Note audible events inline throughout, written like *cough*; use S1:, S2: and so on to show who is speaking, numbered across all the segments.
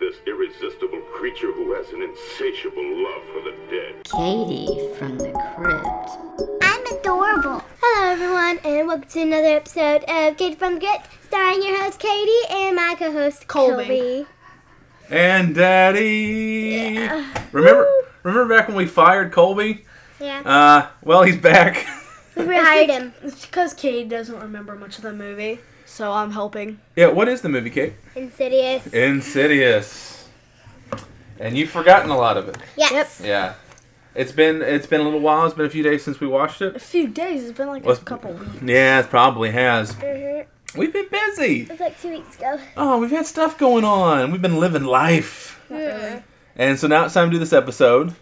S1: this irresistible creature who has an insatiable love for the dead.
S2: Katie from the crypt.
S3: I'm adorable. Hello, everyone, and welcome to another episode of Katie from the Grit, starring your host Katie and my co-host
S4: Colby.
S3: Colby.
S5: and daddy. Remember, remember back when we fired Colby?
S3: Yeah,
S5: Uh, well, he's back. *laughs*
S3: we rehired him.
S4: It's because Katie doesn't remember much of the movie, so I'm helping.
S5: yeah, what is the movie, Kate?
S3: Insidious.
S5: Insidious. And you've forgotten a lot of it.
S3: Yes.
S5: Yeah. It's been it's been a little while. It's been a few days since we watched
S4: A
S5: it.
S4: few days. It's been like
S5: What's-
S4: a couple weeks.
S5: Yeah, it probably has.
S3: Mhm. It
S5: We've been busy.
S3: was like two weeks ago.
S5: Oh, we've had stuff going on. We've been living life.
S4: Not really.
S5: And so now it's time to do this episode.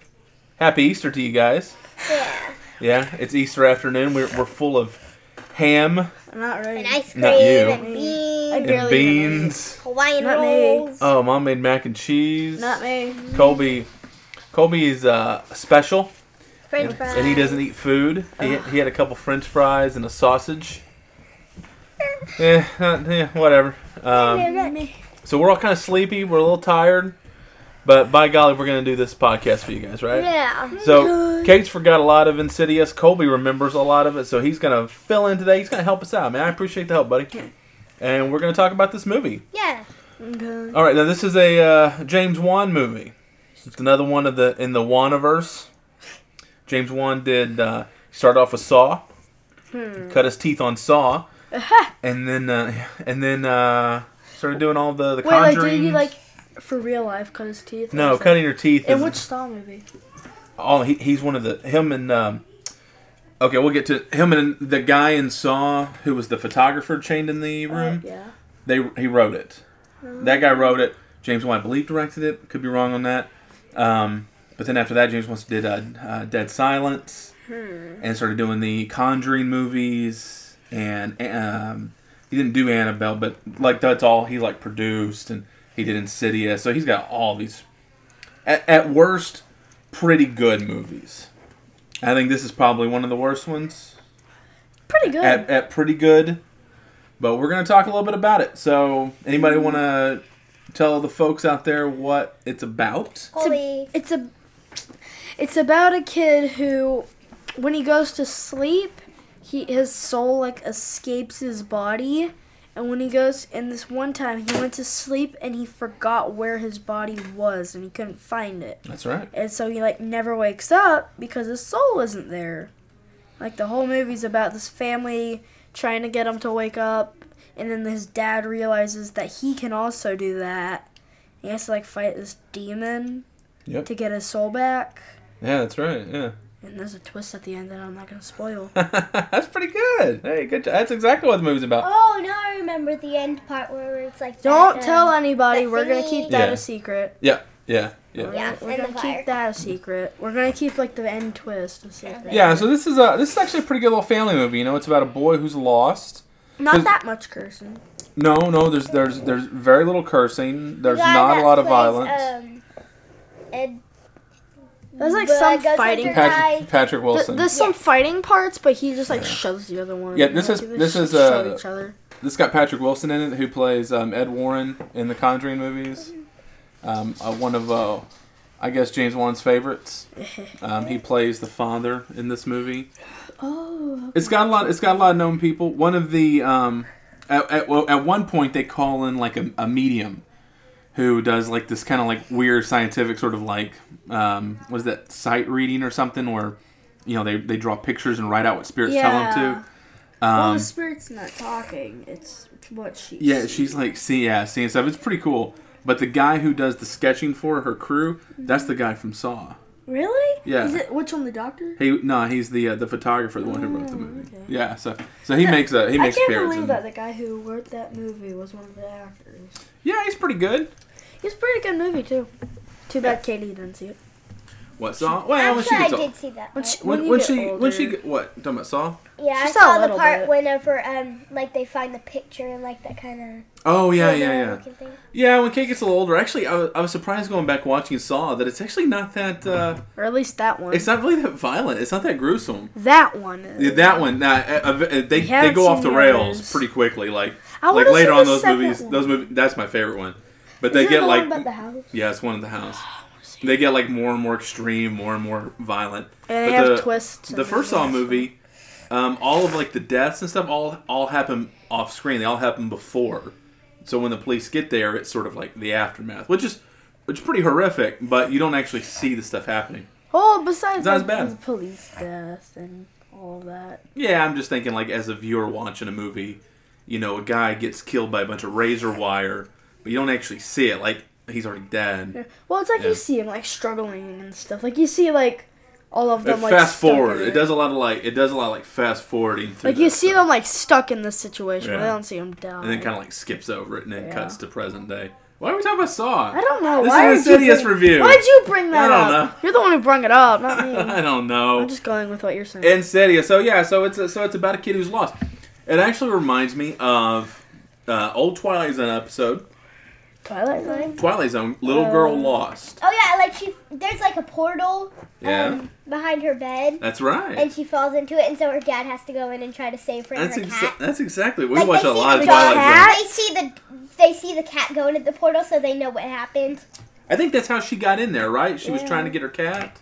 S5: Happy Easter to you guys.
S3: Yeah.
S5: Yeah, it's Easter afternoon. We're, we're full of ham
S4: I'm not ready.
S3: And ice cream
S5: Not you.
S3: and
S4: I
S3: beans,
S5: and
S4: barely even ate.
S5: beans.
S3: Hawaiian
S4: Not me.
S3: rolls.
S5: Oh, mom made mac and cheese.
S4: Not me.
S5: Colby, Colby is uh, special,
S3: French
S5: and,
S3: fries.
S5: and he doesn't eat food. He, he had a couple French fries and a sausage. yeah, not, yeah, whatever. Um,
S4: me.
S5: so we're all kind of sleepy. We're a little tired, but by golly, we're gonna do this podcast for you guys, right?
S3: Yeah.
S5: So Kate's forgot a lot of Insidious. Colby remembers a lot of it, so he's gonna fill in today. He's gonna help us out, man. I appreciate the help, buddy. And we're gonna talk about this movie.
S3: Yeah.
S4: Okay.
S5: All right, now this is a uh, James Wan movie. It's another one of the in the Waniverse. James Wan did uh, start off with Saw,
S4: Hmm.
S5: cut his teeth on Saw,
S4: Uh-huh.
S5: and then uh, and then uh, started doing all the the
S4: Wait, like,
S5: Conjuring.
S4: did you like for real life cut his teeth? Or
S5: no
S4: is that-
S5: cutting your teeth?
S4: In
S5: Is,
S4: which Saw movie?
S5: oh, he, he's one of the him and um, okay, we'll get to him and the guy in Saw who was the photographer chained in the room.
S4: Uh, Yeah.
S5: They he wrote it. That guy wrote it. James Wan, I believe, directed it. Could be wrong on that. Um, but then after that, James Wan did uh, uh, Dead Silence and started doing the Conjuring movies. And um, he didn't do Annabelle, but like that's all he like produced, and he did Insidious. So he's got all these, at, at worst, pretty good movies. I think this is probably one of the worst ones
S4: Pretty good.
S5: at, at pretty good. But we're going to talk a little bit about it. So, anybody want to tell the folks out there what it's about?
S3: Colby.
S4: it's a it's about a kid who when he goes to sleep he his soul like escapes his body and when he goes and this one time he went to sleep and he forgot where his body was and he couldn't find it
S5: That's right.
S4: and so he like never wakes up because his soul isn't there like the whole movie's about this family trying to get him to wake up and then his dad realizes that he can also do that he has to like fight this demon
S5: Yep.
S4: to get his soul back.
S5: Yeah, that's right. Yeah. *laughs*
S4: And there's a twist at the end that I'm not gonna spoil. *laughs*
S5: that's pretty good. Hey, good. jo- That's exactly what the movie's about.
S3: Oh, now I remember the end part where it's like.
S4: Don't
S3: that,
S4: tell
S3: um,
S4: anybody.
S3: that
S4: We're gonna
S3: thingy.
S4: keep that
S5: Yeah.
S4: a secret.
S5: Yeah. Yeah. Yeah.
S3: Yeah,
S4: we're
S3: and
S4: gonna
S3: the fire.
S4: keep that a secret. We're gonna keep like the end twist a secret.
S5: Yeah, so this is a this is actually a pretty good little family movie. You know, it's about a boy who's lost.
S4: Not that much cursing.
S5: No, no, there's there's there's very little cursing.
S3: the
S5: There's
S3: guy
S5: not a
S3: that
S5: lot of
S3: plays,
S5: violence.
S3: Um, Ed,
S4: There's like
S3: But
S4: some
S3: Ghostbusters-
S4: fighting.
S3: Th- guy-
S5: Patrick,
S4: th-
S5: Patrick Wilson.
S4: There's some fighting parts, but he just like shoves the other one.
S5: Yeah, this
S4: Like,
S5: is-
S4: they
S5: this
S4: just
S5: is, uh,
S4: shove each other.
S5: This got Patrick Wilson in it, who plays um, Ed Warren in the Conjuring movies. Um, uh, one of, uh, I guess, James Wan's favorites. Um, he plays the father in this movie.
S4: Oh,
S5: It's got a lot. It's got a lot of known people. One of the um, at, at, well, at one point they call in like a, a medium who does like this kind of like weird scientific sort of like um, was that sight reading or something where you know they, they draw pictures and write out what spirits tell
S4: Yeah. Oh,
S5: them to. Um,
S4: well, the spirit's not talking. It's what she.
S5: Yeah, she's like see yeah, seeing stuff. It's pretty cool. But the guy who does the sketching for her crew, that's the guy from Saw.
S4: really.
S5: Yeah.
S4: Is it which one? The doctor.
S5: He no, he's the uh, the photographer, the one who wrote the movie.
S4: okay.
S5: Yeah, so so he makes a he
S4: I
S5: makes
S4: can't
S5: spirits.
S4: believe
S5: and-
S4: that the guy who wrote that movie was one of the actors.
S5: yeah, he's pretty good.
S4: It's a pretty good movie too. Too bad Katie didn't see it.
S5: What Saw? Oh, Well,
S3: I'm
S5: when
S3: sure
S5: she
S3: I
S5: gets
S3: did
S5: old.
S3: see that.
S4: When
S3: part.
S4: she, Uh, when,
S5: When,
S4: you
S5: when
S4: get
S5: she when she
S4: older.
S5: get- what talking about Saw?
S3: Yeah,
S4: She
S3: I
S4: saw a
S3: saw the
S4: little
S3: part
S4: bit.
S3: whenever um like they find the picture and like that kind
S5: Oh
S3: of
S5: yeah yeah yeah yeah. When Kate gets a little older, actually, I was, I was surprised going back watching Saw that it's actually not that uh,
S4: or at least that one.
S5: it's not really that violent. It's not that gruesome.
S4: that one. Is.
S5: Yeah, that one, nah, uh, uh, they they
S4: haven't
S5: go off
S4: seen
S5: the
S4: the others.
S5: rails pretty quickly. Like
S4: I
S5: like
S4: wanna see
S5: later on
S4: the
S5: those
S4: second
S5: movies,
S4: one.
S5: those movies, that's my favorite one. But they
S3: Isn't
S5: get
S3: the
S5: like
S3: one about the house.
S5: yeah, it's one in the house.
S4: Oh,
S5: They get like more and more extreme, more and more violent.
S4: And they
S5: But
S4: have
S5: the,
S4: twists
S5: The
S4: and
S5: first Saw movie, um, all of like the deaths and stuff, all all happen off screen. They all happen before. So when the police get there, it's sort of like the aftermath, which is which is pretty horrific. But you don't actually see the stuff happening.
S4: Oh, besides
S5: It's not as
S4: the,
S5: bad.
S4: the police death and all that.
S5: Yeah, I'm just thinking like as a viewer watching a movie, you know, a guy gets killed by a bunch of razor wire, but you don't actually see it. Like he's already dead.
S4: Well, it's like
S5: Yeah.
S4: you see him like struggling and stuff. Like you see like all of them
S5: It
S4: like
S5: fast
S4: stuck in
S5: forward. It
S4: it.
S5: does a lot of like it does a lot of like fast forwarding. Through
S4: Like you
S5: that
S4: see
S5: stuff.
S4: them like stuck in this situation. but
S5: Yeah.
S4: I don't see them die.
S5: and then kind of like skips over it and then
S4: Yeah.
S5: cuts to present day. Why are we talking about Saw?
S4: I don't know.
S5: This
S4: why
S5: is
S4: did you
S5: Insidious
S4: bring-
S5: review.
S4: Why'd you bring that
S5: I don't
S4: up? You're the one who brung it up, not me.
S5: *laughs* I don't know.
S4: I'm just going with what you're saying.
S5: Insidious. So yeah, so it's so it's about a kid who's lost. It actually reminds me of uh, old Twilight Zone episode,
S4: Twilight Zone.
S5: Twilight Zone, Little Girl Lost.
S3: Oh yeah, like she there's like a portal
S4: Oh,
S5: Yeah,
S3: um, behind her bed,
S5: that's right.
S3: and she falls into it, and so her dad has to go in and try to save her and
S5: That's
S3: her
S5: exa-
S3: cat.
S5: that's exactly. We
S3: Like,
S5: watch
S3: they
S5: a
S3: see
S5: lot of
S3: the
S5: Twilight
S3: cat-
S5: Zone.
S3: They see the they see the cat go into the portal, so they know what happened.
S5: I think that's how she got in there, right? She was
S4: Yeah.
S5: trying to get her cat.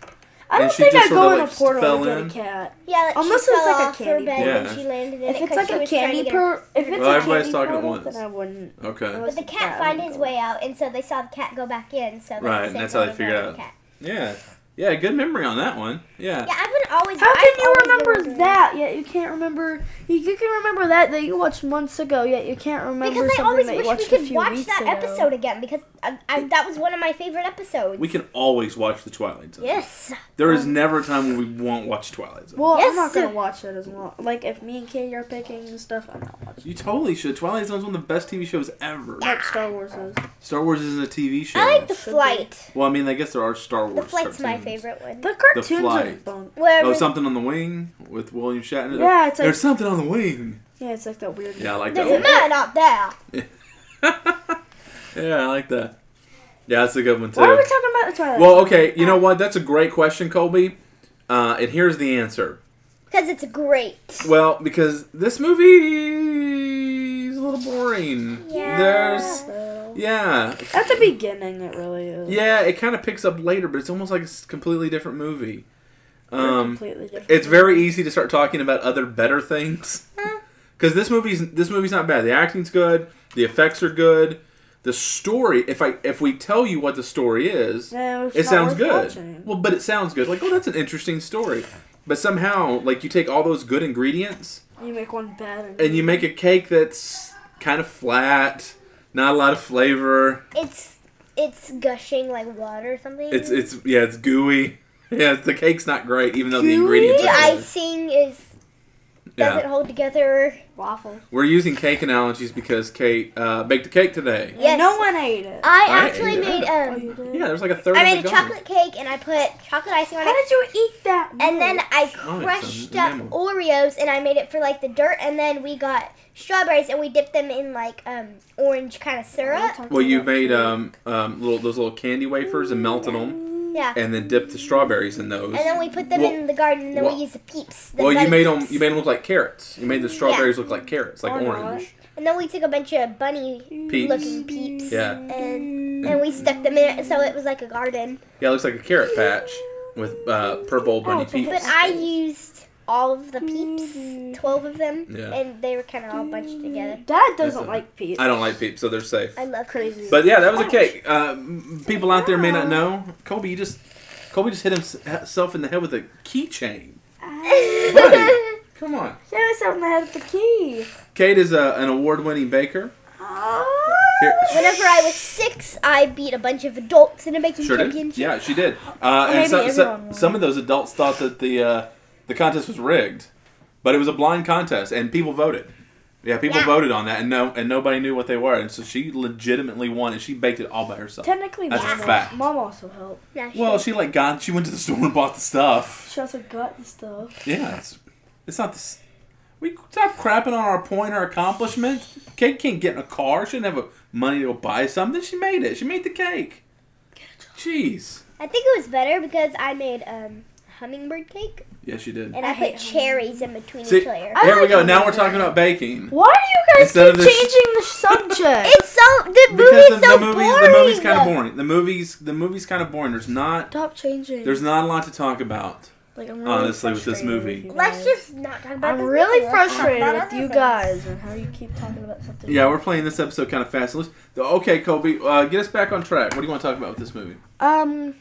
S4: I
S5: And
S4: don't
S5: she
S4: think
S5: just
S4: I
S5: sorta,
S4: go in a
S5: like,
S4: portal
S5: fell
S4: to
S5: in.
S4: get a cat.
S3: Yeah, like
S4: Unless
S3: she
S4: it's
S3: fell
S4: like a
S3: off her
S4: candy
S3: bed
S5: bar.
S3: and
S5: Yeah.
S3: she landed in
S4: If
S3: it
S4: it's
S3: 'cause
S4: like
S3: she
S4: a
S3: was trying
S4: candy
S3: to get her-
S4: per, if it's
S5: Well,
S4: a
S5: everybody's
S4: candy
S5: talking at
S4: portal,
S5: once.
S4: then I wouldn't.
S5: Okay.
S3: But the cat
S4: Yeah,
S3: found
S4: I'm
S3: his
S4: going.
S3: way out, and so they saw the cat go back in. So they
S5: Right,
S3: said
S5: and that's how they
S3: go
S5: figured
S3: without
S5: out.
S3: the cat.
S5: Yeah. Yeah. Good memory on that one. Yeah.
S3: *laughs* Yeah, I wouldn't always.
S4: How
S3: I've
S4: can you
S3: always
S4: remember
S3: remembered
S4: that? Yet you can't remember. You, you can remember that that you watched months ago. Yet you can't remember
S3: Because I
S4: something
S3: always
S4: that you
S3: wish we
S4: watched a
S3: could
S4: few
S3: watch
S4: weeks
S3: that
S4: ago.
S3: episode again because I, I, that was one of my favorite episodes.
S5: We can always watch the Twilight Zone.
S3: yes. Um,
S5: There is never a time when we won't watch Twilight Zone.
S4: Well,
S3: Yes,
S4: I'm not gonna
S3: sir.
S4: watch it as long. Like if me and Katie are picking and stuff, I'm not watching.
S5: You totally should. Twilight Zone's one of the best TV shows ever.
S4: Like Star Wars is.
S5: Star Wars isn't a TV show.
S3: I like the
S4: Should be.
S3: flight.
S5: well, I mean, I guess there are Star Wars.
S3: The flight's my
S5: cartoons.
S3: favorite one.
S4: The cartoons are
S5: Flight.
S4: bunk.
S3: Where
S5: Oh, something on the wing with William Shatner.
S4: Yeah, it's like-
S5: there's something on the wing.
S4: Yeah, it's like that weird.
S5: Yeah, I like that.
S3: there's a
S5: One.
S3: man out there.
S5: Yeah, I like that. Yeah, that's a good one too.
S4: Why are we talking about the Twilight?
S5: well, okay, you know what? That's a great question, Colby. Uh, and here's the answer.
S3: Because it's great.
S5: Well, because this movie is a little boring.
S3: Yeah.
S5: There's,
S4: Zone?
S5: yeah,
S4: At the beginning, it really is.
S5: yeah. It kind of picks up later, but it's almost like it's a completely different movie.
S4: They're
S5: Um,
S4: completely different.
S5: it's very easy to start talking about other better things *laughs* because this movie's this movie's not bad. The acting's good, the effects are good, the story. If I if we tell you what the story is,
S4: No, it's
S5: it
S4: not
S5: sounds
S4: worth
S5: good.
S4: watching.
S5: Well, but it sounds good. Like oh, that's an interesting story. But somehow, like you take all those good ingredients
S4: You make one bad.
S5: and you make a cake that's kind of flat, not a lot of flavor.
S3: It's it's gushing like water or something.
S5: It's it's yeah, it's gooey. *laughs* Yeah, the cake's not great, even though the
S4: Gooey?
S5: ingredients
S3: the
S5: are good.
S3: icing is
S5: Yeah.
S3: doesn't hold together.
S4: waffle.
S5: We're using cake analogies because Kate uh, baked a cake today.
S3: Yes.
S4: No one ate it.
S3: I
S5: I
S3: actually
S5: ate
S3: made
S5: it.
S4: Oh,
S3: um
S4: you did?
S5: Yeah, there's like a third.
S3: I
S5: of
S3: made a
S5: it gone.
S3: chocolate cake and I put chocolate icing on
S4: How
S3: it.
S4: did you eat that?
S3: And then I
S5: Oh, it's
S3: crushed
S5: a
S3: up
S5: memo.
S3: Oreos and I made it for like the dirt. And then we got strawberries and we dipped them in like um, orange kind of syrup.
S5: Well, you made um, um little those little candy wafers and melted them,
S3: Yeah. And
S5: and then dipped the strawberries in those.
S3: then we put them
S5: Well-
S3: in the garden and then
S5: well-
S3: we used the peeps. The
S5: well, you
S3: butter
S5: made them.
S3: peeps.
S5: You made them look like carrots. You made the strawberries look like carrots, like
S4: Oh, no.
S5: orange
S3: And then we took a bunch of bunny
S5: peeps. Mm.
S3: looking peeps.
S5: Yeah.
S3: And, and we stuck them in it so it was like a garden.
S5: Yeah, it looks like a carrot patch with uh, purple bunny
S4: it's a bit-
S5: peeps.
S3: Oh, But I used all of the
S5: Mm-hmm.
S3: peeps, 12 of them.
S5: Yeah.
S3: And they were kind of all bunched together.
S4: Dad doesn't
S5: Listen,
S4: like peas.
S5: I don't like peeps, so they're safe.
S3: I Oh. love
S4: Crazy.
S3: peeps.
S5: But yeah, that was a cake. Uh, m- people out there may not know. Kobe, you just Kobe just hit himself in the head with a
S3: *laughs*
S5: keychain. Buddy, come on.
S4: Yeah, it's on the head of the key.
S5: Kate is a, an award-winning baker. Here-
S3: Whenever I was six, I beat a bunch of adults in a baking
S5: Sure did.
S3: championship.
S5: Yeah, she did. Uh,
S4: maybe
S5: and so, so-
S4: everyone won.
S5: some of those adults thought that the uh, the contest was rigged, but it was a blind contest, and people voted. Yeah, people
S3: Yeah.
S5: voted on that, and no, and nobody knew what they were, and so she legitimately won, and she baked it all by herself.
S4: Technically,
S5: That's a
S4: mom, al-
S5: fact.
S4: mom also helped.
S3: Yeah, she
S5: Well,
S3: did.
S5: she like got she went to the *laughs* store and bought the stuff.
S4: She also got the stuff.
S5: Yeah, it's, it's not this. We stop crapping on our point, our accomplishment. Kate can't get in a car. She didn't have a money to go buy something. She made it. She made the cake. Jeez.
S3: I think it was better because I made um hummingbird cake,
S5: Yes, you did.
S3: and
S4: I
S3: I,
S4: hate
S3: put cherries in between
S5: See,
S3: each layer.
S4: I
S5: here we
S4: like
S5: go.
S4: it.
S5: Now we're talking about baking.
S4: Why do you guys
S5: Instead of
S4: keep
S5: this-
S4: changing the
S5: *laughs*
S4: subject?
S3: it's so the
S5: Because the,
S3: movie's so
S5: the movie's
S3: boring.
S5: the movie's kind of boring. The movies the movie's kind of boring. There's not
S4: Stop changing.
S5: there's not a lot to talk about.
S4: like, I'm
S5: honestly, with this
S4: frustrated
S5: movie.
S4: you
S3: Let's
S4: guys.
S3: just not talk about.
S4: I'm
S3: this
S4: really
S3: movie. Let's talk
S4: frustrated
S3: about
S4: with
S3: other
S4: you
S3: things.
S4: guys and how you keep talking about something.
S5: Yeah, we're playing this episode kind of fast. Let's, okay, Kobe, uh, get us back on track. What do you want to talk about with this movie?
S4: Um,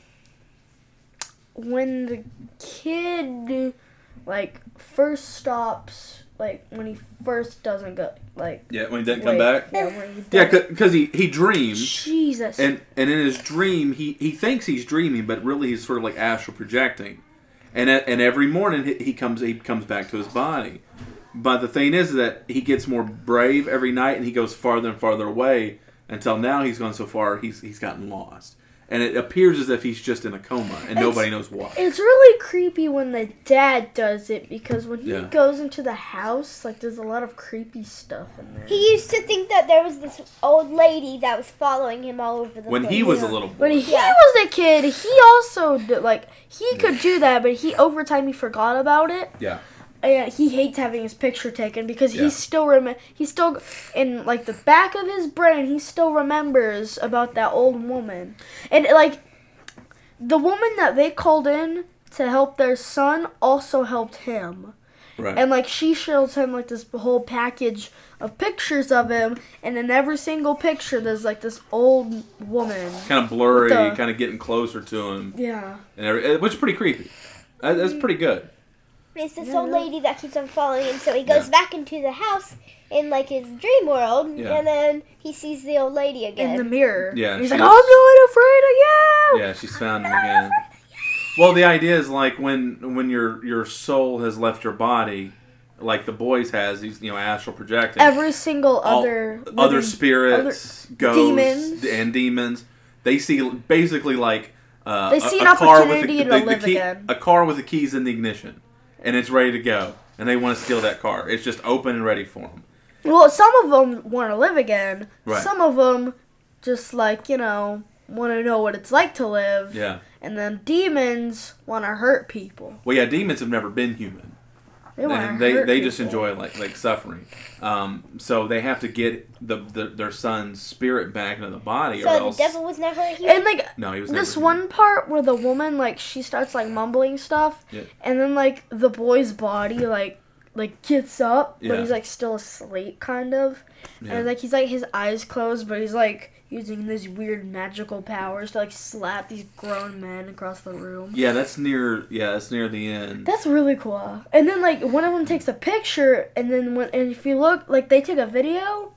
S4: when the kid like first stops, like when he first doesn't go, like
S5: Yeah, when he didn't
S4: wait,
S5: come back.
S4: Yeah, when he
S5: Yeah,
S4: doesn't-
S5: because he he dreams.
S4: Jesus.
S5: And and in his dream, he, he thinks he's dreaming, but really he's sort of like astral projecting. And at, and every morning he, he comes he comes back to his body. But the thing is that he gets more brave every night, and he goes farther and farther away until now he's gone so far he's he's gotten lost. And it appears as if he's just in a coma, and nobody knows why.
S4: it's really creepy when the dad does it because when he
S5: Yeah.
S4: goes into the house, like there's a lot of creepy stuff in there.
S3: He used to think that there was this old lady that was following him all over the
S5: When
S3: place.
S5: he was a little boy,
S4: When he
S3: Yeah.
S4: was a kid, he also did, like he could do that, but he over time he forgot about it.
S5: yeah,
S4: uh, he hates having his picture taken because
S5: Yeah.
S4: he still rem- he still in like the back of his brain he still remembers about that old woman and like the woman that they called in to help their son also helped him
S5: right.
S4: and like she shows him like this whole package of pictures of him and in every single picture there's like this old woman
S5: kind of blurry,
S4: the-
S5: kind of getting closer to him,
S4: yeah
S5: and every, which is pretty creepy. That, that's pretty good.
S3: It's this old lady that keeps on following him, so he goes back into the house in like his dream world,
S5: Yeah.
S3: and then he sees the old lady
S4: in
S3: again.
S4: the mirror
S5: Yeah,
S4: And he's
S5: she
S4: like
S5: was-
S4: i'm really afraid of you
S5: Yeah, she's found him again. Well, the idea is like when when your your soul has left your body, like the boys has these you know astral projecting
S4: every single
S5: All-
S4: other
S5: other
S4: woman-
S5: spirits, ghosts,
S4: demons.
S5: and demons. They see basically like uh,
S4: They see an opportunity to live
S5: key-
S4: again.
S5: A car with the keys in the ignition, and it's ready to go, and they want to steal that car. It's just open and ready for them.
S4: Well, some of them want to live again.
S5: Right.
S4: Some of them just like, you know, want to know what it's like to live.
S5: Yeah.
S4: And then demons want to hurt people.
S5: Well, yeah, demons have never been human.
S4: They want
S5: and
S4: to
S5: they,
S4: hurt
S5: they just
S4: people.
S5: enjoy like like suffering. Um, so they have to get the, the their son's spirit back into the body, or
S3: so
S5: else
S3: the devil was never a human.
S4: And like
S5: no, he was
S4: this
S5: never-
S4: one part where the woman like she starts like mumbling stuff
S5: Yeah.
S4: and then like the boy's body like like gets up
S5: Yeah.
S4: but he's like still asleep kind of
S5: Yeah.
S4: and like he's like his eyes closed but he's like using these weird magical powers to like slap these grown men across the room
S5: Yeah, that's near. Yeah, that's near the end.
S4: That's really cool. And then like one of them takes a picture, and then when and if you look, like they take a video,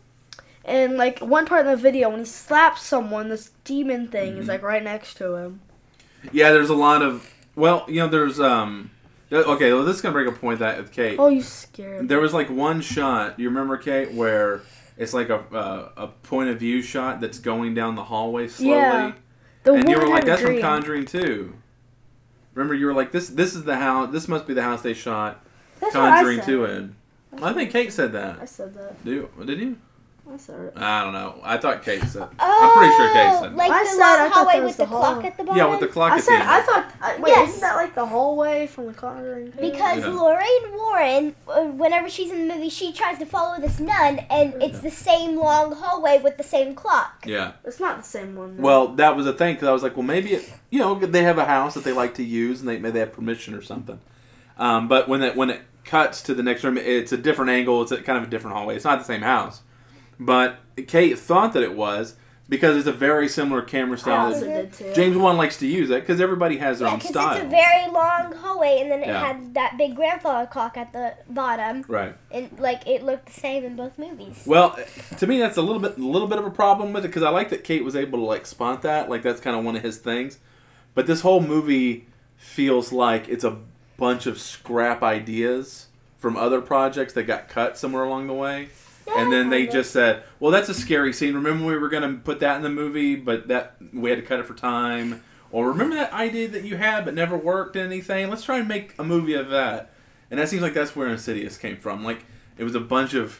S4: and like one part of the video when he slaps someone, this demon thing
S5: Mm-hmm.
S4: is like right next to him.
S5: yeah, there's a lot of well, you know, there's um, th- okay, well, this is gonna bring a point that Kate.
S4: Oh, you scared. me.
S5: There was like one shot. You remember Kate where it's like a uh, a point of view shot that's going down the hallway slowly,
S4: Yeah, The
S5: and you were
S4: woman had
S5: like,
S4: a
S5: "That's from
S4: dream.
S5: Conjuring too." Remember, you were like, "This this is the house. This must be the house they shot."
S4: That's what I
S5: Conjuring
S4: said.
S5: two in. I think Kate said
S4: I
S5: that.
S4: said that.
S5: Do you, did you?
S4: I said it.
S5: I don't know. I thought Kate said.
S3: oh,
S5: I'm pretty sure Kate said.
S3: like
S4: I
S3: the
S4: said- I
S3: long
S4: thought
S3: hallway
S4: that was
S3: with the,
S4: the
S3: clock
S4: hall.
S3: at the
S5: that.
S3: bottom.
S5: yeah, with the clock.
S4: I
S5: at
S4: said.
S5: the end.
S4: I thought. I, wait,
S3: Yes.
S4: isn't that like the hallway from the Conjuring? two?
S3: Because
S5: Yeah.
S3: Lorraine Warren, uh, whenever she's in the movie, she tries to follow this nun, and it's the same long hallway with the same clock.
S5: Yeah.
S4: it's not the same one. though.
S5: Well, that was a thing because I was like, well, maybe it, you know they have a house that they like to use and they maybe they have permission or something. Um, but when it when it cuts to the next room, it's a different angle. It's a, kind of a different hallway. It's not the same house, but Kate thought that it was because it's a very similar camera
S4: I
S5: style.
S4: also
S5: that-
S4: did too.
S5: James Wan likes to use it because everybody has their
S3: Yeah,
S5: own
S3: because
S5: style.
S3: it's a very long hallway, and then it
S5: Yeah.
S3: had that big grandfather clock at the bottom,
S5: right.
S3: and like it looked the same in both movies.
S5: Well, to me, that's a little bit, little bit of a problem with it because I like that Kate was able to like spot that. Like that's kind of one of his things. But this whole movie feels like it's a bunch of scrap ideas from other projects that got cut somewhere along the way, and then they just said, "Well, that's a scary scene. Remember we were gonna put that in the movie, but that we had to cut it for time." Or remember that idea that you had but never worked in anything? Let's try and make a movie of that. And that seems like that's where Insidious came from. Like it was a bunch of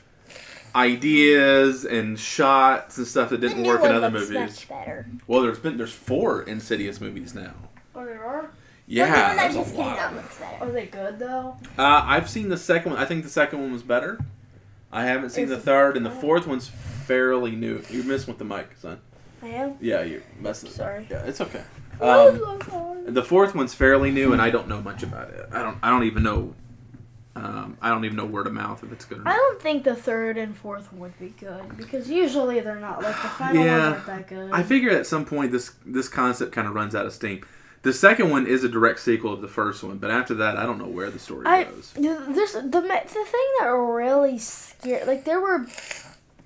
S5: ideas and shots and stuff that
S3: The
S5: didn't
S3: new
S5: work in
S3: one
S5: other
S3: looks
S5: movies.
S3: Much better.
S5: Well, there's been there's four Insidious movies now.
S4: Oh, there are.
S5: Yeah,
S3: the one I
S5: there's a
S3: just did,
S5: lot.
S3: that looks better.
S4: Are they good though?
S5: Uh, I've seen the second one. I think the second one was better. I haven't seen the
S4: Is-
S5: third, and the fourth one's fairly new. You're messing with the mic, son.
S4: I am.
S5: Yeah, you're messing.
S4: Sorry.
S5: Yeah, it's okay. Um,
S4: Oh, so sorry.
S5: The fourth one's fairly new, and I don't know much about it. I don't. I don't even know. Um, I don't even know word of mouth if it's good or
S4: I
S5: not.
S4: don't think the third and fourth would be good because usually they're not like the final
S5: Yeah.
S4: ones aren't that good.
S5: I figure at some point this this concept kind of runs out of steam. The second one is a direct sequel of the first one, but after that, I don't know where the story
S4: I
S5: goes.
S4: there's the ma- the thing that really scared like there were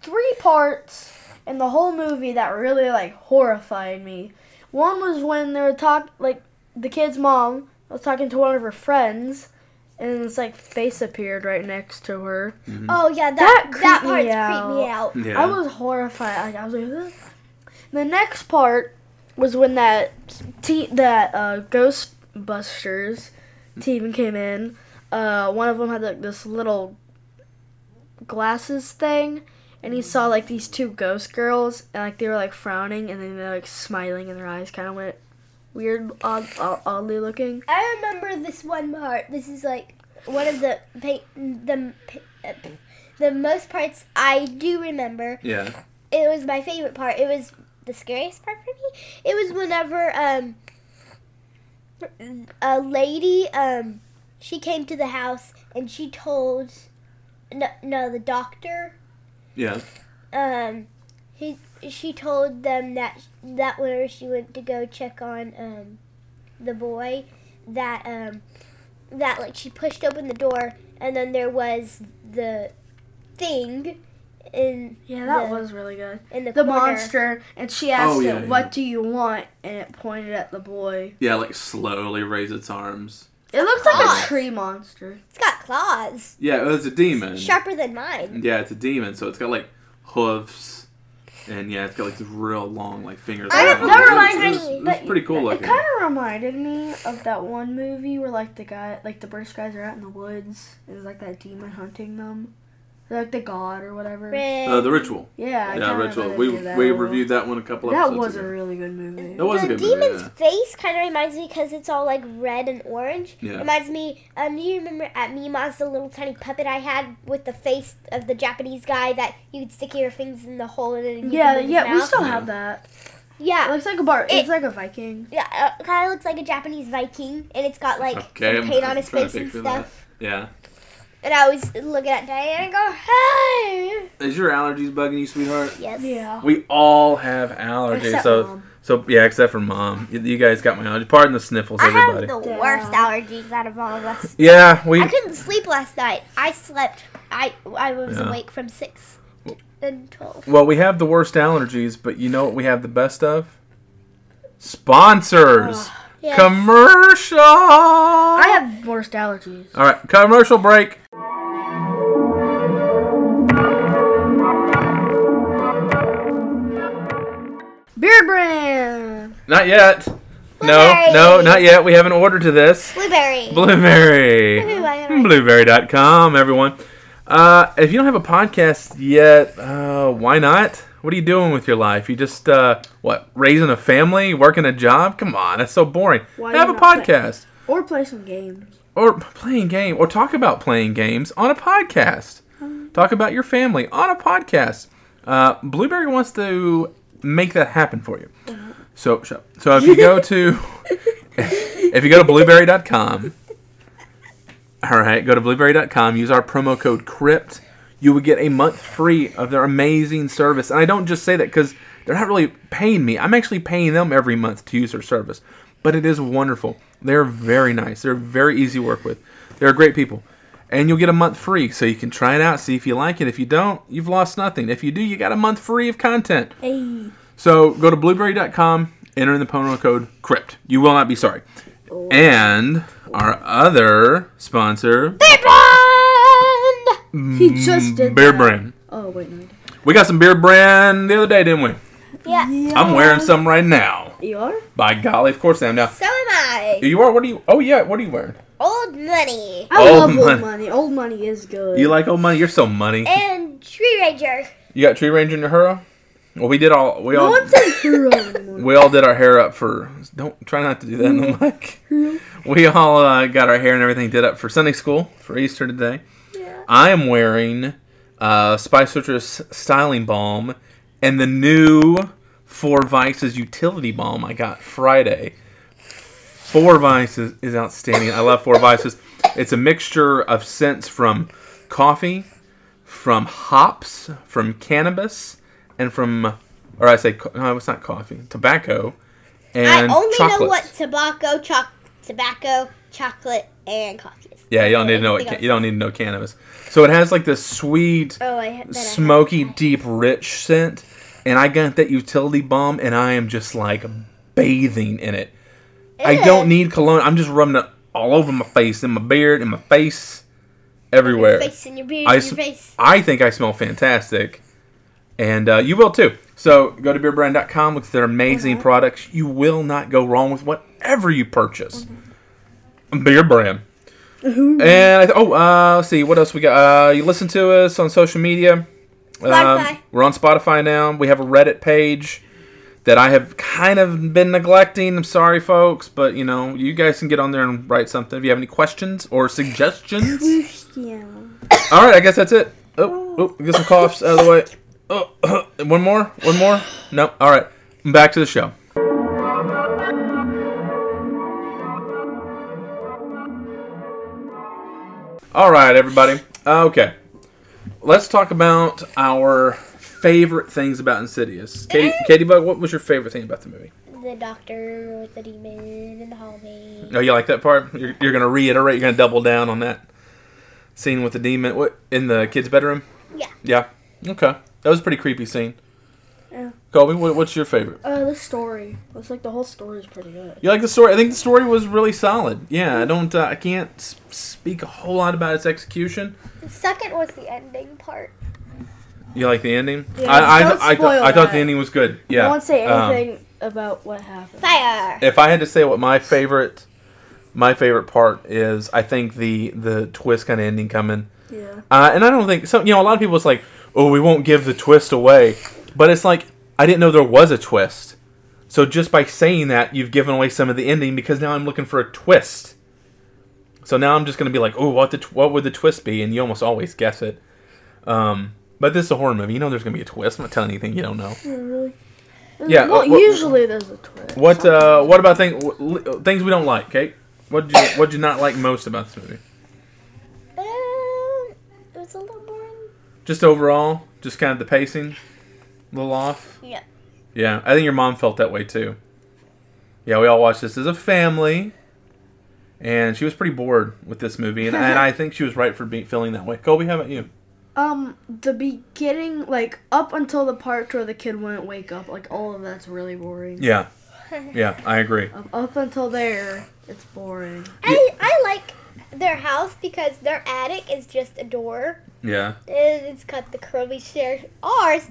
S4: three parts in the whole movie that really like horrified me. One was when they were talk like the kid's mom was talking to one of her friends, and it's like face appeared right next to her.
S5: Mm-hmm.
S3: Oh yeah,
S4: That
S3: that that,
S4: creeped me
S3: part's
S4: out.
S3: creeped me out.
S5: Yeah.
S4: I was horrified. I, I was like, "Ugh." the next part was when that te- that uh, Ghostbusters team came in. Uh, one of them had like this little glasses thing, and
S5: Mm.
S4: he saw like these two ghost girls, and like they were like frowning, and then they were like smiling, and their eyes kind of went weird, odd, odd, oddly looking.
S3: I remember this one part. This is like one of the pa- the uh, the most parts I do remember.
S5: yeah.
S3: It was my favorite part. It was the scariest part for me. It was whenever um a lady um she came to the house and she told no, no the doctor
S5: Yeah.
S3: um he she told them that that whenever she went to go check on um the boy that um that like she pushed open the door and then there was the thing in
S4: Yeah, that
S3: the,
S4: was really good.
S3: in the,
S4: The
S3: corner.
S4: monster, and she asked
S5: yeah,
S4: it,
S5: Oh, yeah.
S4: "What do you want?" and it pointed at the boy.
S5: Yeah, like slowly raise its arms.
S4: It looks like
S3: Claws.
S4: a tree monster.
S3: It's got claws,
S5: Yeah, well, it's a demon.
S3: sharper than mine.
S5: Yeah, it's a demon, so it's got like hooves, and yeah, it's got like this real long like fingers.
S3: I
S5: don't
S3: have
S5: know.
S3: never
S5: It was-
S3: liked
S5: it was-
S3: any-
S5: it was pretty cool
S4: It
S5: looking.
S4: kind of reminded me of that one movie where like the guy, like the British guys are out in the woods. and It's like that demon hunting them, They're, like the god or whatever.
S3: Red.
S5: Uh, the ritual.
S4: Yeah, I
S5: Yeah,
S4: kinda
S5: ritual.
S4: reminded
S5: We
S4: me of that
S5: we
S4: a little.
S5: reviewed that one a couple
S4: That
S5: episodes
S4: was a
S5: ago.
S4: really good movie.
S5: That was
S3: the
S5: a good movie,
S3: demon's
S5: yeah.
S3: face kind of reminds me because it's all like red and orange.
S5: Yeah.
S3: Reminds me. Um, do you remember at Mima's the little tiny puppet I had with the face of the Japanese guy that you could stick your fingers in the hole and then you
S4: Yeah,
S3: could move his
S4: yeah, we
S3: mouth?
S4: still
S5: Yeah.
S4: have that. It
S3: yeah.
S4: looks like a bar.
S3: It-
S4: it's like a Viking.
S3: Yeah, uh, kind of looks like a Japanese Viking, and it's got like
S5: Okay,
S3: some
S5: I'm
S3: paint on his
S5: trying to
S3: face and
S5: picture
S3: stuff.
S5: that. Yeah.
S3: And I always look at Diane and go, "Hey!"
S5: Is your allergies bugging you, sweetheart?
S3: Yes.
S4: Yeah.
S5: We all have allergies.
S4: Except
S5: so
S4: Mom.
S5: so yeah, except for mom. You, you guys got my allergies. Pardon the sniffles,
S3: I have
S5: everybody.
S3: the
S4: Yeah.
S3: worst allergies out of all of us.
S5: yeah, we
S3: I couldn't sleep last night. I slept. I I was
S5: Yeah.
S3: awake from six until.
S5: well we have the worst allergies, but you know what we have the best of? Sponsors.
S3: Uh, Yeah.
S5: Commercial.
S4: I have worst allergies.
S5: All right, commercial break.
S4: Beard brand.
S5: Not yet. No, no,
S3: Blueberry.
S5: not yet. We have an order to this.
S3: Blueberry.
S5: Blueberry.
S3: Blueberry.
S5: Blueberry.com, everyone. Uh, if you don't have a podcast yet, uh, why not? What are you doing with your life? You just, uh, what, raising a family, working a job? Come on, that's so boring.
S4: Why
S5: have
S4: you
S5: a
S4: not play-
S5: podcast.
S4: Or play some games.
S5: or playing game or talk about playing games on a podcast talk about your family on a podcast uh, blueberry wants to make that happen for you
S4: Uh-huh.
S5: so so so if you go to *laughs* if you go to blueberry.com all right go to blueberry.com use our promo code crypt you will get a month free of their amazing service and i don't just say that because they're not really paying me i'm actually paying them every month to use their service but it is wonderful they're very nice they're very easy to work with they're great people and you'll get a month free so you can try it out see if you like it if you don't you've lost nothing if you do you got a month free of content
S4: Hey.
S5: so go to blueberry.com, enter in the promo code CRYPT. You will not be sorry. And our other sponsor,
S4: He just did.
S5: Beer
S4: that.
S5: Mm, Brand.
S4: Oh wait, no.
S5: We got some Beer Brand the other day, didn't we?
S3: Yeah.
S5: I'm wearing some right now.
S4: You are?
S5: By golly, of course I am. Now,
S3: So am I.
S5: you are, what are you, oh yeah, what are you wearing?
S3: Old money
S4: I
S5: Old
S4: love
S5: money.
S4: old money. Old money is good. Eh.
S5: You like old money? You're so money.
S3: and Tree Ranger.
S5: You got Tree Ranger Nahura? Well, we did all we
S4: No
S5: all
S4: one says hero anymore.
S5: we all did our hair up for. Don't try not to do that in
S4: Mm.
S5: the mic. We all uh, got our hair and everything did up for Sunday school for Easter today. I am wearing uh, Spice Citrus Styling Balm and the new Four Vices Utility Balm I got Friday. Four Vices is outstanding. I love Four Vices. It's a mixture of scents from coffee, from hops, from cannabis, and from, or I say, co- no, it's not coffee, tobacco, and
S3: I only
S5: chocolate.
S3: know what tobacco, choc- tobacco, chocolate, and coffee is.
S5: Yeah, you don't need to know what
S3: Anything
S5: ca-
S3: else?
S5: you don't need to know cannabis. So it has like this sweet,
S3: Oh, I bet I have
S5: smoky, deep, rich scent, and I got that utility bomb, and I am just like bathing in it. I don't need cologne. I'm just rubbing it all over my face, in my beard, in my face, everywhere.
S3: Your face and your beard
S5: I,
S3: and
S5: sm-
S3: your face.
S5: I think I smell fantastic, and uh, you will too. So go to beerbrand.com, look at their amazing products. You will not go wrong with whatever you purchase. Beer brand. And I th- oh, uh, let's see what else we got. Uh, you listen to us on social media. Um,
S3: Spotify.
S5: we're on Spotify now. We have a Reddit page that I have kind of been neglecting. I'm sorry, folks, but you know you guys can get on there and write something if you have any questions or suggestions.
S4: Christian.
S5: All right, I guess that's it. Oh, oh, get some coughs out of the way. Oh, *coughs* one more, one more. No, all right. Back to the show. All right, everybody. Uh, okay, let's talk about our favorite things about Insidious. Katie, Katie Bug, what was your favorite thing about the movie?
S3: The doctor with the demon in the hallway.
S5: Oh, you like that part? You're, you're gonna reiterate. You're gonna double down on that scene with the demon. What in the kid's bedroom?
S3: Yeah.
S5: Yeah. Okay. That was a pretty creepy scene.
S4: Yeah.
S5: Colby, what, what's your favorite?
S4: Uh, the story. Looks like the whole story is pretty good.
S5: You like the story? I think the story was really solid. Yeah, I don't. Uh, I can't s- speak a whole lot about its execution.
S3: The second was the ending part.
S5: You like the ending?
S4: Yeah,
S5: I I,
S4: don't
S5: I, I,
S4: spoil
S5: I thought
S4: that.
S5: the ending was good. Yeah.
S4: I won't say
S5: Um,
S4: anything about what happened.
S3: Fire.
S5: if I had to say what my favorite, my favorite part is, I think the the twist kind of ending coming.
S4: Yeah.
S5: Uh, and I don't think so. You know, a lot of people it's like, oh, we won't give the twist away, but it's like I didn't know there was a twist. So just by saying that, you've given away some of the ending because now I'm looking for a twist. So now I'm just gonna be like, oh, what the tw- what would the twist be? And you almost always guess it. Um, but this is a horror movie. You know, there's gonna be a twist. I'm not telling you anything you don't know. Yeah,
S4: Well,
S5: uh, what-
S4: usually there's a twist.
S5: What uh, what about thing, wh- li- uh, things we don't like, Kate? What did you what did you not like most about this movie?
S3: Um, it was a little boring.
S5: Just overall, just kind of the pacing, a little off.
S3: Yeah.
S5: Yeah, I think your mom felt that way too. Yeah, we all watched this as a family, and she was pretty bored with this movie, and, and
S4: *laughs*
S5: I think she was right for being feeling that way. Colby, how about you?
S4: Um, the beginning, like up until the part where the kid wouldn't wake up, like all of that's really boring. *laughs*
S5: Yeah, yeah, I agree.
S4: Um, up until there, it's boring.
S3: I, I like their house because their attic is just a door.
S5: Yeah,
S3: And it's got the curly stairs. Ours,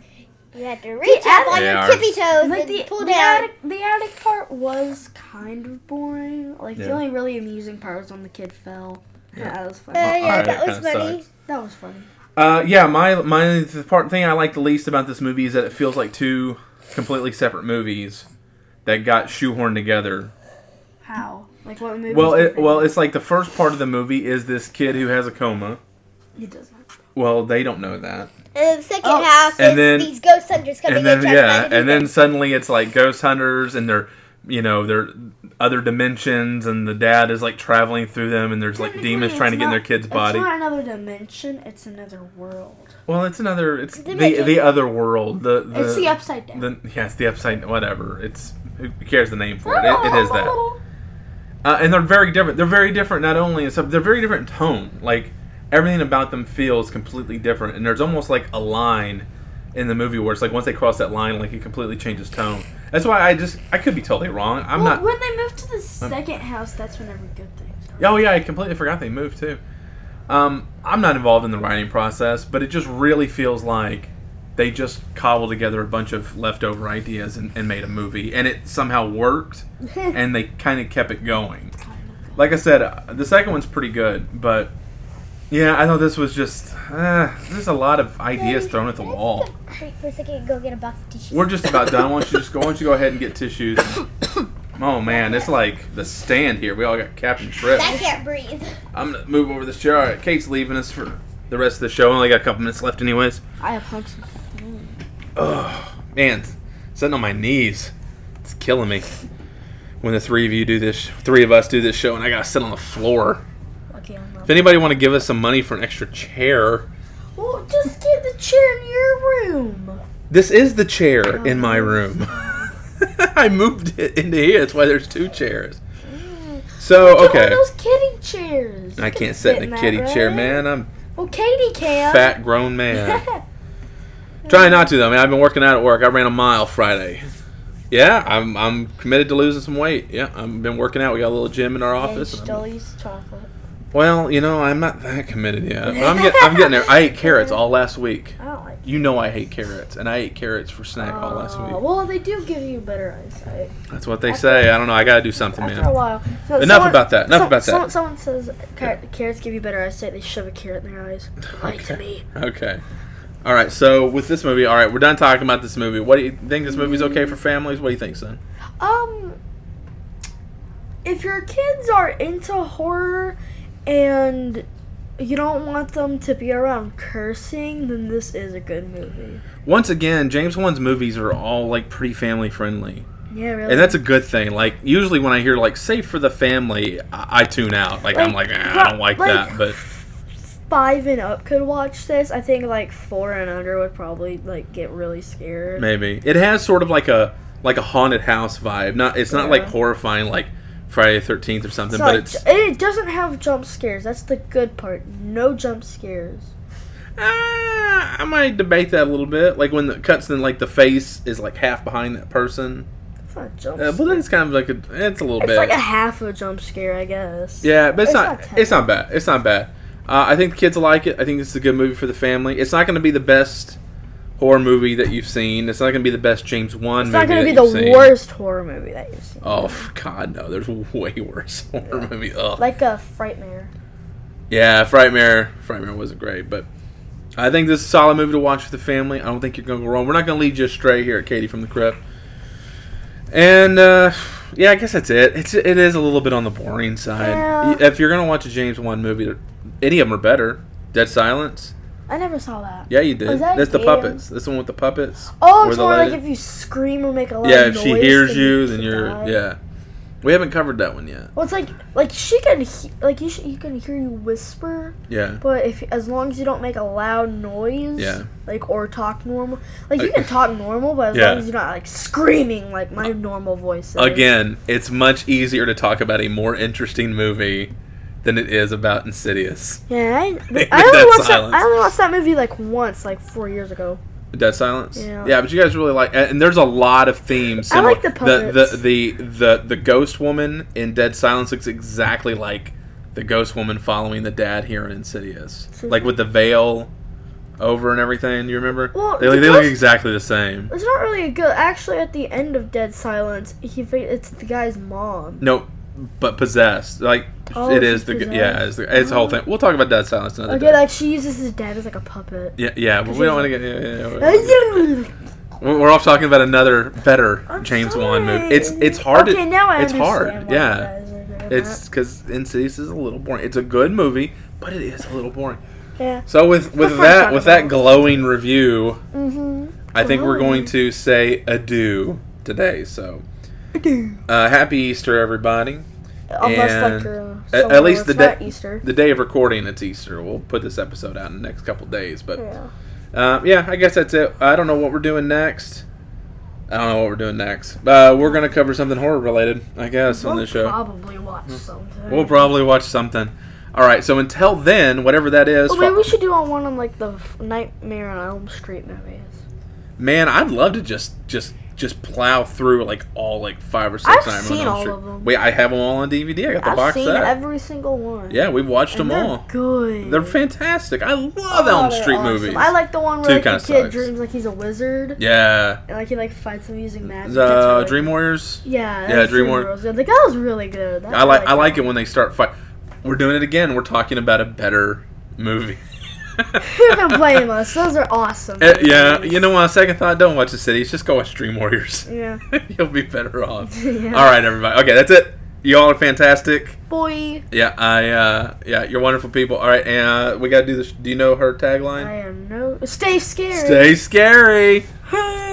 S3: you had to reach up on
S5: Yeah,
S3: your
S5: ours.
S3: tippy toes
S4: Like
S3: and
S4: the,
S3: pull
S4: the
S3: down.
S4: attic, the attic part was kind of boring. Like the
S5: Yeah.
S4: only really amusing part was when the kid fell. Yeah, that was funny.
S3: Uh, yeah,
S5: Alright,
S3: that
S5: that
S3: was
S5: kinda
S3: funny.
S5: sucks.
S4: that was funny.
S5: uh, yeah. My my the part thing I like the least about this movie is that it feels like two completely separate movies that got shoehorned together
S4: How? Like what movie?
S5: Well,
S4: was
S5: it,
S4: different?
S5: well, it's like the first part of the movie is this kid who has a coma.
S4: it doesn't.
S5: Well, they don't know that,
S3: And Uh, the second
S4: Oh.
S3: half
S5: And
S3: is
S5: then-
S3: these ghost hunters coming
S5: and then
S3: in trying to
S5: yeah,
S3: find
S5: and
S3: anything.
S5: then suddenly it's like ghost hunters and their, you know, their other dimensions, and the dad is like traveling through them, and there's like
S4: Technically,
S5: demons trying to
S4: it's
S5: get in their
S4: not-
S5: kid's body.
S4: It's not another dimension. It's another world.
S5: Well, it's another, it's the
S3: Dimension.
S5: the other world, the, the
S4: it's the upside down.
S5: the yeah, it's the upside whatever. It's who cares the name for it? It, it is
S4: *laughs*
S5: that. uh, and they're very different. They're very different. Not only in stuff, they're very different in tone. Like everything about them feels completely different. And there's almost like a line in the movie where it's like once they cross that line, like it completely changes tone. That's why I just I could be totally wrong. I'm
S4: well,
S5: not.
S4: when they moved to the second house, that's whenever good things. Start.
S5: Oh yeah, I completely forgot they moved too. Um, I'm not involved in the writing process, but it just really feels like they just cobbled together a bunch of leftover ideas and, and made a movie, and it somehow worked, and they kind of kept it going. Like I said, uh, the second one's pretty good, but Yeah, I thought this was just uh, there's a lot of ideas thrown at the wall.
S3: Wait for a second and go get a box of tissues.
S5: We're just about done. Why don't you just go? Why don't you go ahead and get tissues? *coughs* Oh man, it's like the stand here. We all got Captain Trip.
S3: I can't breathe.
S5: I'm gonna move over this chair. All right, Kate's leaving us for the rest of the show. I only got a couple minutes left, anyways.
S4: I have hugs.
S5: Man, sitting on my knees, it's killing me. When the three of you do this, three of us do this show, and I gotta sit on the floor.
S4: Lucky I'm not.
S5: If anybody want to give us some money for an extra chair,
S4: Well, just get the chair in your room.
S5: this is the chair in my room. *laughs* I moved it into here. That's why there's two chairs. So
S4: Get one of
S5: okay,
S4: those kitty chairs.
S5: I can't sit in a
S4: that,
S5: kitty chair,
S4: right?
S5: man. I'm
S4: Well, Katie can. *laughs*
S5: fat grown man. Try not to though, man. I've been working out at work. I ran a mile Friday. Yeah, I'm I'm committed to losing some weight. Yeah, I've been working out. We got a little gym in our
S4: and
S5: office. and I'm-
S4: still eats chocolate.
S5: well, you know, I'm not that committed yet. But I'm get, I'm getting there. I ate carrots all last week.
S4: I don't like.
S5: You know I hate carrots, and I ate carrots for snack all last
S4: Uh,
S5: week.
S4: well, they do give you better eyesight
S5: That's what they say. I don't know. I gotta do something,
S4: after a
S5: man.
S4: while. So
S5: Enough about that. Enough about
S4: Someone,
S5: that.
S4: someone says car- carrots give you better eyesight. They shove a carrot in their eyes. Lie to me.
S5: Okay. All right. So with this movie, all right, we're done talking about this movie. What do you think? This movie's okay for families? What do you think, son?
S4: Um, if your kids are into horror and you don't want them to be around cursing, then this is a good movie.
S5: Once again, James Wan's movies are all like pretty family friendly.
S4: Yeah, really.
S5: And that's a good thing. Like usually when I hear like "safe for the family," I, I tune out. Like, I'm like,
S4: Like,
S5: "Ah, I don't like,
S4: like-
S5: that. But
S4: five and up could watch this. I think like four and under would probably like get really scared.
S5: maybe it has sort of like a like a haunted house vibe. Not it's not like
S4: Yeah.
S5: horrifying like Friday the Thirteenth or something.
S4: So,
S5: but
S4: like,
S5: it's
S4: j- it doesn't have jump scares. That's the good part. No jump scares.
S5: ah, I might debate that a little bit. Like when the cuts in like the face is like half behind that person.
S4: It's not a jump.
S5: Uh,
S4: scare.
S5: but it's kind of like a it's a little
S4: it's
S5: bit.
S4: like a half of a jump scare, I guess.
S5: Yeah, but it's,
S4: It's
S5: not,
S4: not terrible.
S5: it's not bad. It's not bad. Uh, I think the kids will like it. I think this is a good movie for the family. It's not going to be the best horror movie that you've seen. It's not going to be the best James Wan
S4: It's
S5: movie.
S4: not gonna
S5: that
S4: be
S5: you've
S4: the
S5: seen.
S4: worst horror movie that you've seen.
S5: Oh f- God, no! There's *laughs* way worse horror movie. Ugh.
S4: Like a Frightmare.
S5: yeah, Frightmare. Frightmare wasn't great, but I think this is a solid movie to watch for the family. I don't think you're going to go wrong. We're not going to lead you astray here at Katie from the Crypt. And uh, yeah, I guess that's it. It's it is a little bit on the boring side.
S4: Yeah.
S5: Y- If you're going to watch a James Wan movie, they're- any of them are better. Dead Silence.
S4: I never saw that.
S5: Yeah, you did.
S4: Was that
S5: That's the
S4: James?
S5: puppets. That's the one with the puppets.
S4: Oh,
S5: Where
S4: it's
S5: the
S4: more like
S5: lady-
S4: if you scream or make a loud
S5: yeah, if
S4: noise.
S5: she hears you, then
S4: she
S5: you're
S4: dies.
S5: yeah. We haven't covered that one yet.
S4: Well, it's like like she can he- like you sh- you can hear you whisper,
S5: Yeah.
S4: but if as long as you don't make a loud noise,
S5: Yeah.
S4: like or talk normal, like you
S5: Like-
S4: can talk normal, but as
S5: Yeah.
S4: long as you're not like screaming like my normal voice. Is.
S5: Again, it's much easier to talk about a more interesting movie than it is about Insidious. *laughs*
S4: Yeah, I,
S5: With
S4: I only
S5: that
S4: watched that.
S5: silence.
S4: I only watched that movie like once, like four years ago.
S5: Dead Silence.
S4: Yeah.
S5: but you guys really like, and there's a lot of themes.
S4: I like
S5: similar.
S4: the puppets.
S5: The, the the the the ghost woman in Dead Silence looks exactly like the ghost woman following the dad here in Insidious, like with the veil over and everything. You remember?
S4: Well,
S5: they,
S4: the
S5: they look
S4: ghost-
S5: exactly the same.
S4: It's not really a good. Actually, at the end of Dead Silence, he fa- it's the guy's mom.
S5: No, but possessed. Like
S4: Oh,
S5: it
S4: she's
S5: is the g yeah, it's,
S4: possessed. Oh.
S5: the, it's the whole thing. We'll talk about Dead Silence another
S4: Okay,
S5: day.
S4: like she uses his dad as like a puppet.
S5: yeah, yeah, but we don't want to get. Yeah, yeah, yeah, we're-
S4: okay,
S5: We're we're off talking about another better James Wan movie. It's it's hard. to,
S4: now I
S5: it's
S4: understand
S5: hard.
S4: why
S5: Yeah,
S4: you guys are doing
S5: it's because Insidious is a little boring. It's a good movie, but it is a little boring.
S4: that. yeah.
S5: So with
S4: fun
S5: with
S4: to
S5: that
S4: talk
S5: with that
S4: about.
S5: glowing review,
S4: Mm-hmm.
S5: I think we're
S4: Glowing.
S5: going to say adieu today. So uh, happy Easter, everybody.
S4: Unless like
S5: And
S4: you're
S5: at
S4: somewhere
S5: least the
S4: where it's
S5: de-
S4: not Easter.
S5: The day of recording, it's Easter. We'll put this episode out in the next couple days, but.
S4: Yeah.
S5: Um, yeah, I guess that's it. I don't know what we're doing next. I don't know what we're doing next. Uh, we're gonna cover something horror related, I guess, on
S4: We'll
S5: this show. Hmm.
S4: probably watch something.
S5: We'll probably watch something. All right. So until then, whatever that is,
S4: Oh, maybe
S5: fo-
S4: we should do on one on like the f- Nightmare on Elm Street movies.
S5: man, I'd love to just just just plow through like all like five or 6
S4: I've
S5: Nightmare on
S4: seen
S5: Elm
S4: all
S5: Street.
S4: of 'em.
S5: Wait, I have them all on DVD. I got the
S4: I've
S5: box
S4: seen
S5: set.
S4: every single one.
S5: yeah, we've watched them
S4: and they're
S5: all.
S4: Good.
S5: They're fantastic. I love
S4: Oh,
S5: Elm
S4: they're
S5: Street
S4: awesome.
S5: movies.
S4: I like the one
S5: Two
S4: where like,
S5: kinda
S4: the kid
S5: sucks.
S4: dreams like he's a wizard.
S5: yeah,
S4: And like he like fights him using magic.
S5: the
S4: That's really-
S5: Dream Warriors.
S4: Yeah.
S5: Yeah,
S4: that's
S5: Dream
S4: Dream
S5: Warrior.
S4: Warriors. Yeah, Like that was really good. That
S5: I like I
S4: that.
S5: like it when they start fight. We're doing it again. We're talking about a better movie.
S4: Who can blame us? Those are awesome.
S5: *laughs* Eh, yeah, you know, on second thought, don't watch The Cities. Just go watch Dream Warriors. *laughs*
S4: Yeah.
S5: You'll be better off. All right, everybody. Okay, that's it. You all are fantastic.
S4: Boy,
S5: Yeah, I. Uh, yeah, you're wonderful people. All right, and uh, we gotta do this. Do you know her
S4: I
S5: tagline?
S4: am no. Stay scared.
S5: Stay scary.